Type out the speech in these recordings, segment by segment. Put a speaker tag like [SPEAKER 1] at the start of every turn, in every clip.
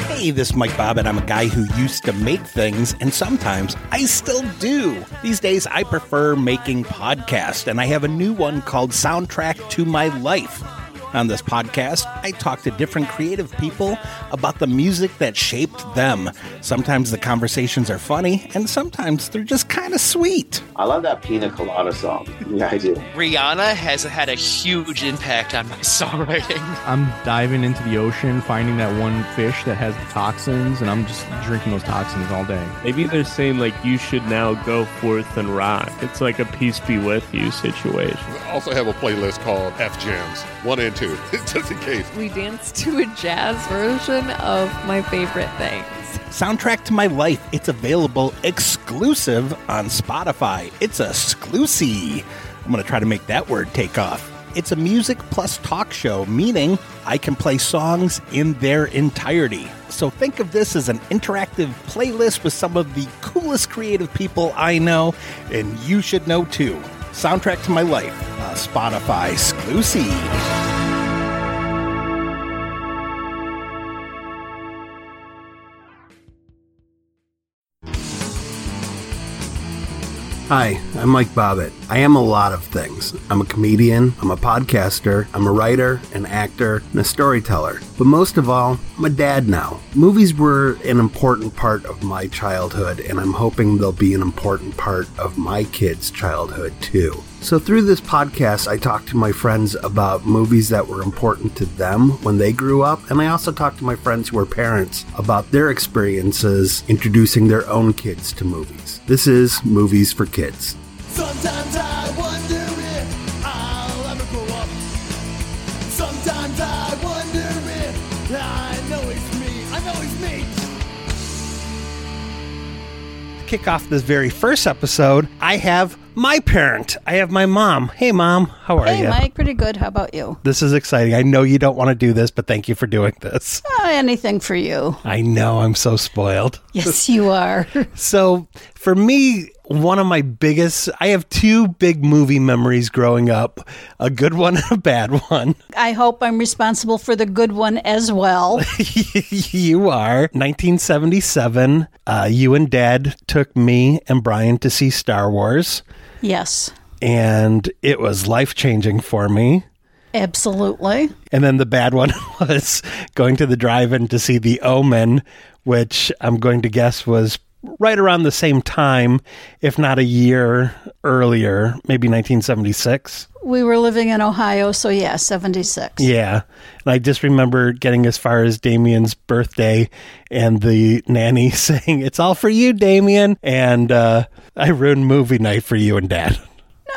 [SPEAKER 1] Hey, this is Mike Bobbitt. I'm a guy who used to make things, and sometimes I still do. These days, I prefer making podcasts, and I have a new one called Soundtrack to My Life. On this podcast, I talk to different creative people about the music that shaped them. Sometimes the conversations are funny, and sometimes they're just kind of sweet.
[SPEAKER 2] I love that pina colada song. Yeah, I do.
[SPEAKER 3] Rihanna has had a huge impact on my songwriting.
[SPEAKER 4] I'm diving into the ocean, finding that one fish that has the toxins, and I'm just drinking those toxins all day.
[SPEAKER 5] Maybe they're saying like you should now go forth and rock. It's like a peace be with you situation.
[SPEAKER 6] I also have a playlist called F Jams, one and two, just in case.
[SPEAKER 7] We danced to a jazz version of my favorite things.
[SPEAKER 1] Soundtrack to My Life. It's available exclusive on Spotify. It's a sclusy. I'm going to try to make that word take off. It's a music plus talk show, meaning I can play songs in their entirety. So think of this as an interactive playlist with some of the coolest creative people I know, and you should know too. Soundtrack to My Life, a Spotify exclusive.
[SPEAKER 8] Hi, I'm Mike Bobbitt. I am a lot of things. I'm a comedian, I'm a podcaster, I'm a writer, an actor, and a storyteller. But most of all, I'm a dad now. Movies were an important part of my childhood, and I'm hoping they'll be an important part of my kids' childhood too. So, through this podcast, I talk to my friends about movies that were important to them when they grew up, and I also talk to my friends who are parents about their experiences introducing their own kids to movies. This is Movies for Kids.
[SPEAKER 9] Sometimes I wonder if I'll ever grow up. Sometimes I wonder if I know it's me. I know it's me.
[SPEAKER 1] kick off this very first episode, I have my parent. I have my mom. Hey, mom, how are
[SPEAKER 7] Hey,
[SPEAKER 1] you?
[SPEAKER 7] Mike, pretty good. How about you?
[SPEAKER 1] This is exciting. I know you don't want to do this, but thank you for doing this.
[SPEAKER 7] Oh, anything for you.
[SPEAKER 1] I know I'm so spoiled.
[SPEAKER 7] Yes, you are.
[SPEAKER 1] So, for me, one of my biggest, I have two big movie memories growing up a good one and a bad one.
[SPEAKER 7] I hope I'm responsible for the good one as well.
[SPEAKER 1] you are. 1977, uh, you and dad took me and Brian to see Star Wars,
[SPEAKER 7] Yes,
[SPEAKER 1] and it was life changing for me.
[SPEAKER 7] absolutely.
[SPEAKER 1] And then the bad one was going to the drive in to see The Omen, which I'm going to guess was right around the same time, if not a year earlier, maybe 1976.
[SPEAKER 7] We were living in Ohio, so yeah, 76.
[SPEAKER 1] Yeah. And I just remember getting as far as Damien's birthday and the nanny saying, It's all for you, Damien. And uh, I ruined movie night for you and dad.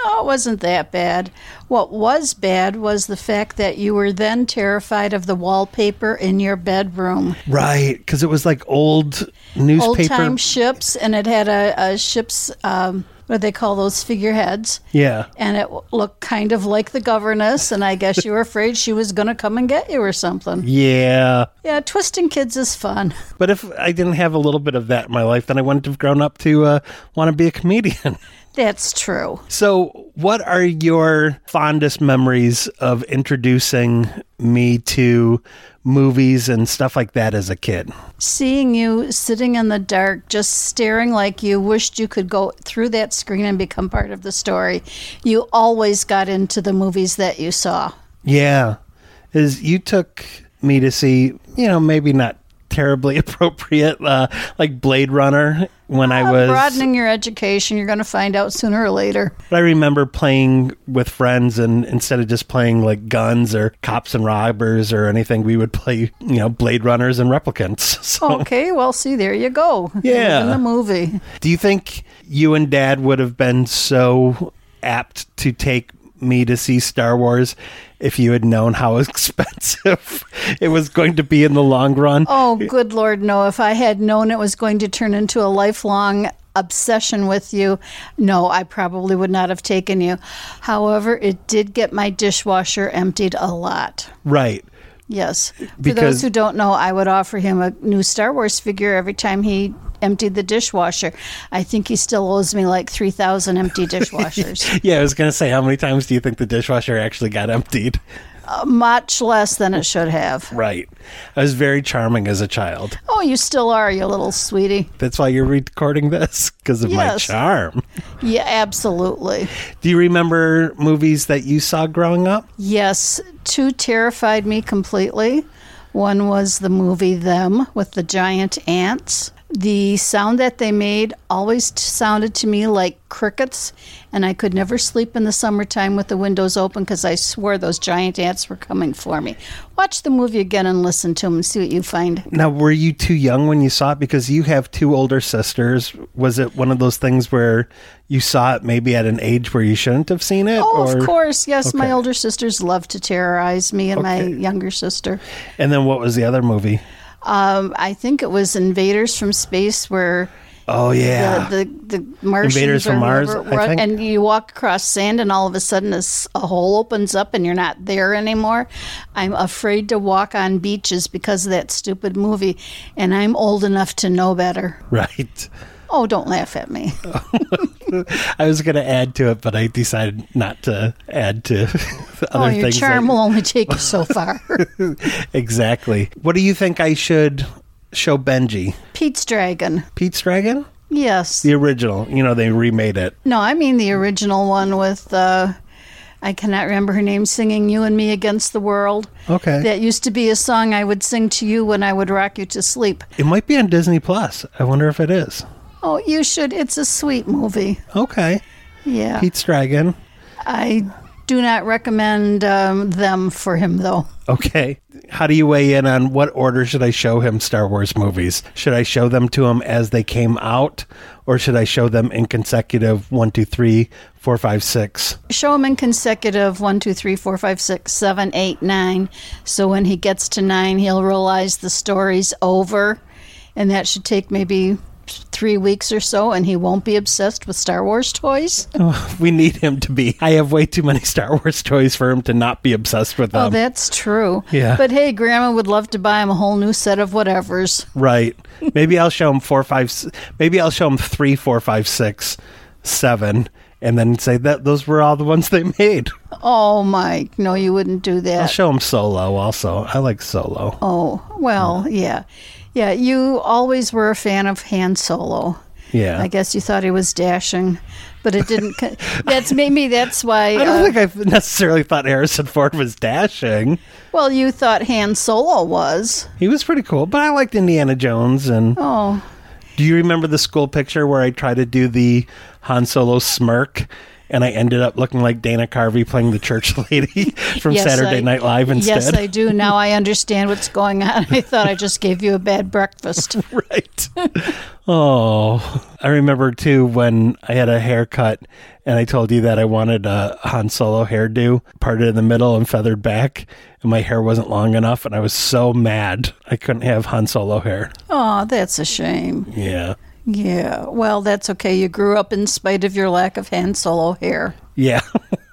[SPEAKER 7] No, it wasn't that bad. What was bad was the fact that you were then terrified of the wallpaper in your bedroom.
[SPEAKER 1] Right. Because it was like old newspaper.
[SPEAKER 7] Old time ships, and it had a, a ship's, um, what do they call those figureheads?
[SPEAKER 1] yeah.
[SPEAKER 7] And it w- looked kind of like the governess, and I guess you were afraid she was going to come and get you or something.
[SPEAKER 1] Yeah.
[SPEAKER 7] Yeah, twisting kids is fun.
[SPEAKER 1] But if I didn't have a little bit of that in my life, then I wouldn't have grown up to uh, want to be a comedian.
[SPEAKER 7] That's true.
[SPEAKER 1] so, what are your fondest memories of introducing me to movies and stuff like that as a kid?
[SPEAKER 7] Seeing you sitting in the dark, just staring like you wished you could go through that screen and become part of the story. You always got into the movies that you saw.
[SPEAKER 1] Yeah. Is you took me to see, you know, maybe not terribly appropriate, uh, like Blade Runner when I was.
[SPEAKER 7] Ah, Broadening your education, you're going to find out sooner or later.
[SPEAKER 1] But I remember playing with friends, and instead of just playing like guns or cops and robbers or anything, we would play, you know, Blade Runners and Replicants. So,
[SPEAKER 7] Oh, Okay, well, see, there you go.
[SPEAKER 1] Yeah.
[SPEAKER 7] In the movie.
[SPEAKER 1] do you think you and Dad would have been so apt to take me to see Star Wars if you had known how expensive it was going to be in the long run?
[SPEAKER 7] Oh, good Lord, no. If I had known it was going to turn into a lifelong obsession with you, no, I probably would not have taken you. However, it did get my dishwasher emptied a lot.
[SPEAKER 1] Right.
[SPEAKER 7] Yes. For
[SPEAKER 1] Because-
[SPEAKER 7] those who don't know, I would offer him a new Star Wars figure every time he emptied the dishwasher. I think he still owes me like 3,000 empty dishwashers.
[SPEAKER 1] Yeah, I was going to say, how many times do you think the dishwasher actually got emptied?
[SPEAKER 7] uh, much less than it should have.
[SPEAKER 1] Right. I was very charming as a child.
[SPEAKER 7] Oh, you still are, you little sweetie.
[SPEAKER 1] That's why you're recording this because of my
[SPEAKER 7] Yes.
[SPEAKER 1] charm.
[SPEAKER 7] Yeah, absolutely.
[SPEAKER 1] Do you remember movies that you saw growing up?
[SPEAKER 7] Yes, two terrified me completely. One was the movie Them with the giant ants. The sound that they made always t- sounded to me like crickets, and I could never sleep in the summertime with the windows open because I swore those giant ants were coming for me. Watch the movie again and listen to them and see what you find.
[SPEAKER 1] Now, were you too young when you saw it? Because you have two older sisters. Was it one of those things where you saw it maybe at an age where you shouldn't have seen it?
[SPEAKER 7] Oh,
[SPEAKER 1] or-
[SPEAKER 7] of course, yes.
[SPEAKER 1] Okay.
[SPEAKER 7] My older sisters love to terrorize me and my younger sister.
[SPEAKER 1] And then what was the other movie?
[SPEAKER 7] Um, I think it was Invaders from Space where
[SPEAKER 1] Oh, yeah.
[SPEAKER 7] the, the the Martians
[SPEAKER 1] Invaders
[SPEAKER 7] or
[SPEAKER 1] from Mars,
[SPEAKER 7] whoever it
[SPEAKER 1] I
[SPEAKER 7] was,
[SPEAKER 1] think.
[SPEAKER 7] and you walk across sand, and all of a sudden a, s- a hole opens up, and you're not there anymore. I'm afraid to walk on beaches because of that stupid movie, and I'm old enough to know better.
[SPEAKER 1] right.
[SPEAKER 7] Oh, don't laugh at me.
[SPEAKER 1] I was going to add to it, but I decided not to add to other
[SPEAKER 7] Oh, your
[SPEAKER 1] things. that-
[SPEAKER 7] charm will only take you so far.
[SPEAKER 1] exactly. What do you think I should show Benji?
[SPEAKER 7] Pete's Dragon.
[SPEAKER 1] Pete's Dragon?
[SPEAKER 7] Yes.
[SPEAKER 1] The original. You know, they remade it.
[SPEAKER 7] No, I mean the original one with uh, I cannot remember her name singing "You and Me Against the World."
[SPEAKER 1] Okay.
[SPEAKER 7] That used to be a song I would sing to you when I would rock you to sleep.
[SPEAKER 1] It might be on Disney Plus. I wonder if it is.
[SPEAKER 7] Oh, you should. It's a sweet movie.
[SPEAKER 1] Okay.
[SPEAKER 7] Yeah.
[SPEAKER 1] Pete's Dragon.
[SPEAKER 7] I do not recommend um, them for him, though.
[SPEAKER 1] Okay. How do you weigh in on what order should I show him Star Wars movies? Should I show them to him as they came out, or should I show them in consecutive one, two, three, four, five, six?
[SPEAKER 7] Show him in consecutive one, two, three, four, five, six, seven, eight, nine. So when he gets to nine, he'll realize the story's over. And that should take maybe three weeks or so, and he won't be obsessed with Star Wars toys.
[SPEAKER 1] Oh, We need him to be. I have way too many Star Wars toys for him to not be obsessed with them.
[SPEAKER 7] oh, that's true.
[SPEAKER 1] yeah.
[SPEAKER 7] But hey, Grandma would love to buy him a whole new set of whatevers.
[SPEAKER 1] Right. Maybe I'll show him four, five. s- Maybe I'll show him three, four, five, six, seven, and then say that those were all the ones they made.
[SPEAKER 7] Oh, Mike, no, you wouldn't do that.
[SPEAKER 1] I'll show him Solo. Also, I like Solo.
[SPEAKER 7] Oh, well, yeah. Yeah, you always were a fan of Han Solo.
[SPEAKER 1] yeah.
[SPEAKER 7] I guess you thought he was dashing, but it didn't. co- that's maybe that's why.
[SPEAKER 1] I don't
[SPEAKER 7] uh,
[SPEAKER 1] think I necessarily thought Harrison Ford was dashing.
[SPEAKER 7] well, you thought Han Solo was.
[SPEAKER 1] He was pretty cool, but I liked Indiana Jones. And
[SPEAKER 7] Oh,
[SPEAKER 1] do you remember the school picture where I tried to do the Han Solo smirk? And I ended up looking like Dana Carvey playing the church lady from
[SPEAKER 7] Yes,
[SPEAKER 1] Saturday
[SPEAKER 7] I-
[SPEAKER 1] Night Live instead.
[SPEAKER 7] yes, I do. Now I understand what's going on. I thought I just gave you a bad breakfast.
[SPEAKER 1] right. oh, I remember too when I had a haircut and I told you that I wanted a Han Solo hairdo, parted in the middle and feathered back, and my hair wasn't long enough, and I was so mad I couldn't have Han Solo hair.
[SPEAKER 7] Oh, that's a shame.
[SPEAKER 1] Yeah.
[SPEAKER 7] Yeah. Well, that's okay. You grew up in spite of your lack of Han Solo hair.
[SPEAKER 1] Yeah.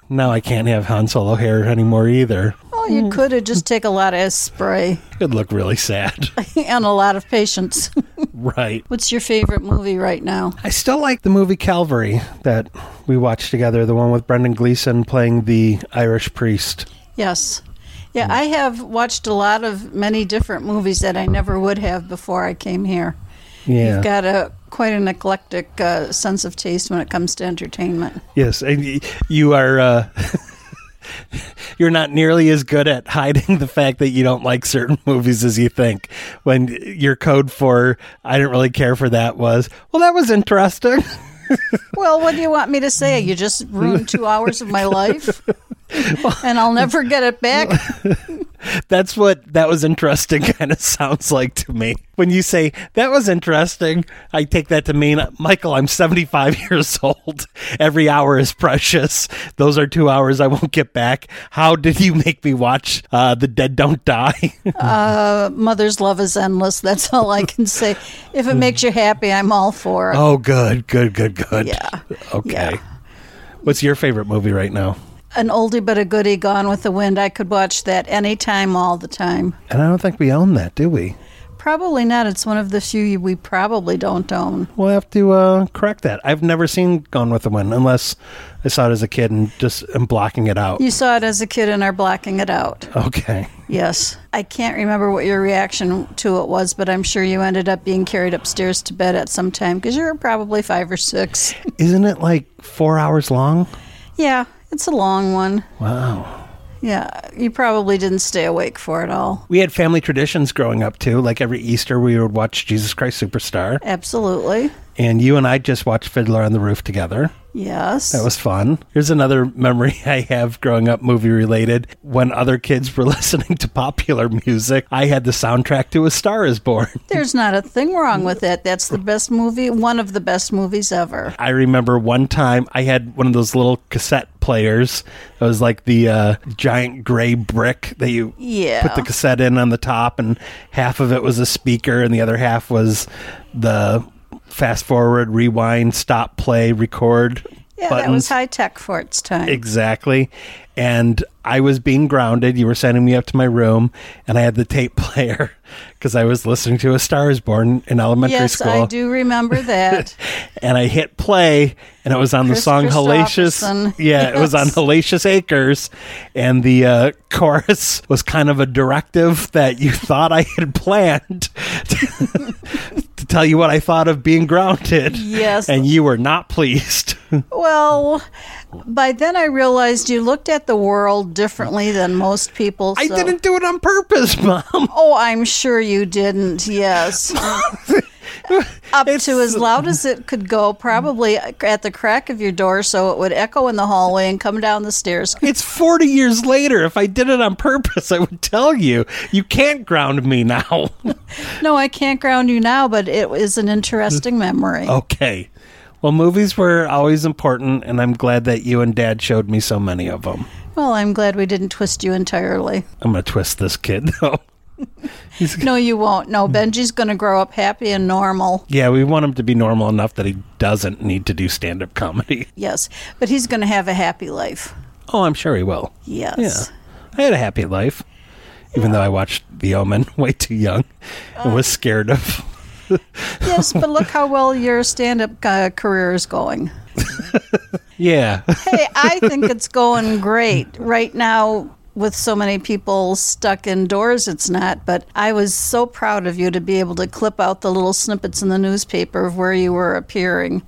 [SPEAKER 1] now I can't have Han Solo hair anymore either.
[SPEAKER 7] Oh, you could have just take a lot of spray
[SPEAKER 1] It'd Mm. look really sad.
[SPEAKER 7] and a lot of patience.
[SPEAKER 1] right.
[SPEAKER 7] What's your favorite movie right now?
[SPEAKER 1] I still like the movie Calvary that we watched together, the one with Brendan Gleeson playing the Irish priest.
[SPEAKER 7] Yes.
[SPEAKER 1] Mm.
[SPEAKER 7] Yeah, I have watched a lot of many different movies that I never would have before I came here.
[SPEAKER 1] Yeah.
[SPEAKER 7] You've got a quite an eclectic uh, sense of taste when it comes to entertainment.
[SPEAKER 1] Yes, and y- you are. Uh, you're not nearly as good at hiding the fact that you don't like certain movies as you think. When your code for "I didn't really care for that" was, "Well, that was interesting."
[SPEAKER 7] Well, what do you want me to say? You just ruined two hours of my life, and I'll never get it back.
[SPEAKER 1] That's what "that was interesting" kind of sounds like to me. When you say "that was interesting," I take that to mean, Michael, I'm 75 years old. Every hour is precious. Those are two hours I won't get back. How did you make me watch uh, "The Dead Don't Die"?
[SPEAKER 7] Mother's love is endless. That's all I can say. If it makes you happy, I'm all for it.
[SPEAKER 1] Oh, good, good, good, good.
[SPEAKER 7] Yeah.
[SPEAKER 1] Okay.
[SPEAKER 7] Yeah.
[SPEAKER 1] What's your favorite movie right now?
[SPEAKER 7] An oldie but a goodie, Gone with the Wind. I could watch that anytime, all the time.
[SPEAKER 1] And I don't think we own that, do we?
[SPEAKER 8] Probably not. It's one of the few we probably don't own.
[SPEAKER 1] We'll have to uh, correct that. I've never seen Gone with the Wind unless I saw it as a kid and just am blocking it out.
[SPEAKER 8] You saw it as a kid and are blacking it out.
[SPEAKER 1] Okay.
[SPEAKER 8] Yes. I can't remember what your reaction to it was, but I'm sure you ended up being carried upstairs to bed at some time because you were probably five or six.
[SPEAKER 1] Isn't it like four hours long?
[SPEAKER 8] yeah, it's a long one.
[SPEAKER 1] Wow.
[SPEAKER 8] Yeah, you probably didn't stay awake for it all.
[SPEAKER 1] We had family traditions growing up too. Like every Easter, we would watch Jesus Christ Superstar,
[SPEAKER 8] Absolutely.
[SPEAKER 1] and you and I just watched Fiddler on the Roof together.
[SPEAKER 8] Yes.
[SPEAKER 1] That was fun. Here's another memory I have growing up movie related. When other kids were listening to popular music, I had the soundtrack to A Star is Born.
[SPEAKER 8] There's not a thing wrong with it. That's the best movie, one of the best movies ever.
[SPEAKER 1] I remember one time I had one of those little cassette players. It was like the uh, giant gray brick that you
[SPEAKER 8] Yeah.
[SPEAKER 1] put the cassette in on the top, and half of it was a speaker, and the other half was the fast forward, rewind, stop, play, record.
[SPEAKER 8] Yeah, that
[SPEAKER 1] buttons.
[SPEAKER 8] was high tech for its time.
[SPEAKER 1] Exactly. And I was being grounded. You were sending me up to my room, and I had the tape player because I was listening to A Star is Born in elementary
[SPEAKER 8] yes,
[SPEAKER 1] school.
[SPEAKER 8] I do remember that.
[SPEAKER 1] and I hit play, and it was on the
[SPEAKER 8] Chris
[SPEAKER 1] song "Hellacious."
[SPEAKER 8] Christopherson.
[SPEAKER 1] Yeah, it was on
[SPEAKER 8] Yes.
[SPEAKER 1] "Hellacious Acres," and the uh, chorus was kind of a directive that you thought I had planned to, to tell you what I thought of being grounded.
[SPEAKER 8] Yes.
[SPEAKER 1] and you were not pleased.
[SPEAKER 8] well, by then I realized you looked at the world differently than most people.
[SPEAKER 1] I
[SPEAKER 8] so-
[SPEAKER 1] didn't do it on purpose, Mom.
[SPEAKER 8] Oh, I'm sure you didn't. Yes. Up
[SPEAKER 1] It's-
[SPEAKER 8] to as loud as it could go, probably at the crack of your door, so it would echo in the hallway and come down the stairs.
[SPEAKER 1] It's 40 years later. If I did it on purpose, I would tell you. You can't ground me now.
[SPEAKER 8] No, I can't ground you now, but it is an interesting memory.
[SPEAKER 1] okay. Well, movies were always important, and I'm glad that you and Dad showed me so many of them.
[SPEAKER 8] Well, I'm glad we didn't twist you entirely.
[SPEAKER 1] I'm gonna twist this kid though.
[SPEAKER 8] No, you won't. No, Benji's going to grow up happy and normal.
[SPEAKER 1] Yeah, we want him to be normal enough that he doesn't need to do stand up comedy.
[SPEAKER 8] Yes, but he's going to have a happy life.
[SPEAKER 1] Oh, I'm sure he will.
[SPEAKER 8] Yes.
[SPEAKER 1] I had a happy life, even though I watched The Omen way too young and
[SPEAKER 8] Uh.
[SPEAKER 1] was scared of.
[SPEAKER 8] Yes, but look how well your stand up uh, career is going.
[SPEAKER 1] Yeah,
[SPEAKER 8] Hey, I think it's going great right now. With so many people stuck indoors, it's not. But I was so proud of you to be able to clip out the little snippets in the newspaper of where you were appearing.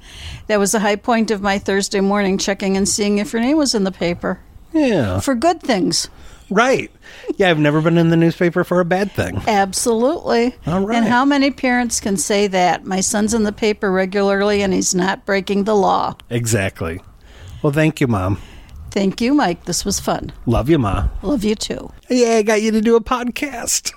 [SPEAKER 8] That was the high point of my Thursday morning checking and seeing if your name was in the paper
[SPEAKER 1] yeah,
[SPEAKER 8] for good things.
[SPEAKER 1] right. Yeah, I've never been in the newspaper for a bad thing.
[SPEAKER 8] Absolutely.
[SPEAKER 1] All right.
[SPEAKER 8] And how many parents can say that? My son's in the paper regularly and he's not breaking the law.
[SPEAKER 1] Exactly. Well, thank you, Mom.
[SPEAKER 8] Thank you, Mike. This was fun.
[SPEAKER 1] Love you, Ma.
[SPEAKER 8] Love you too.
[SPEAKER 1] Yeah, I got you to do a podcast.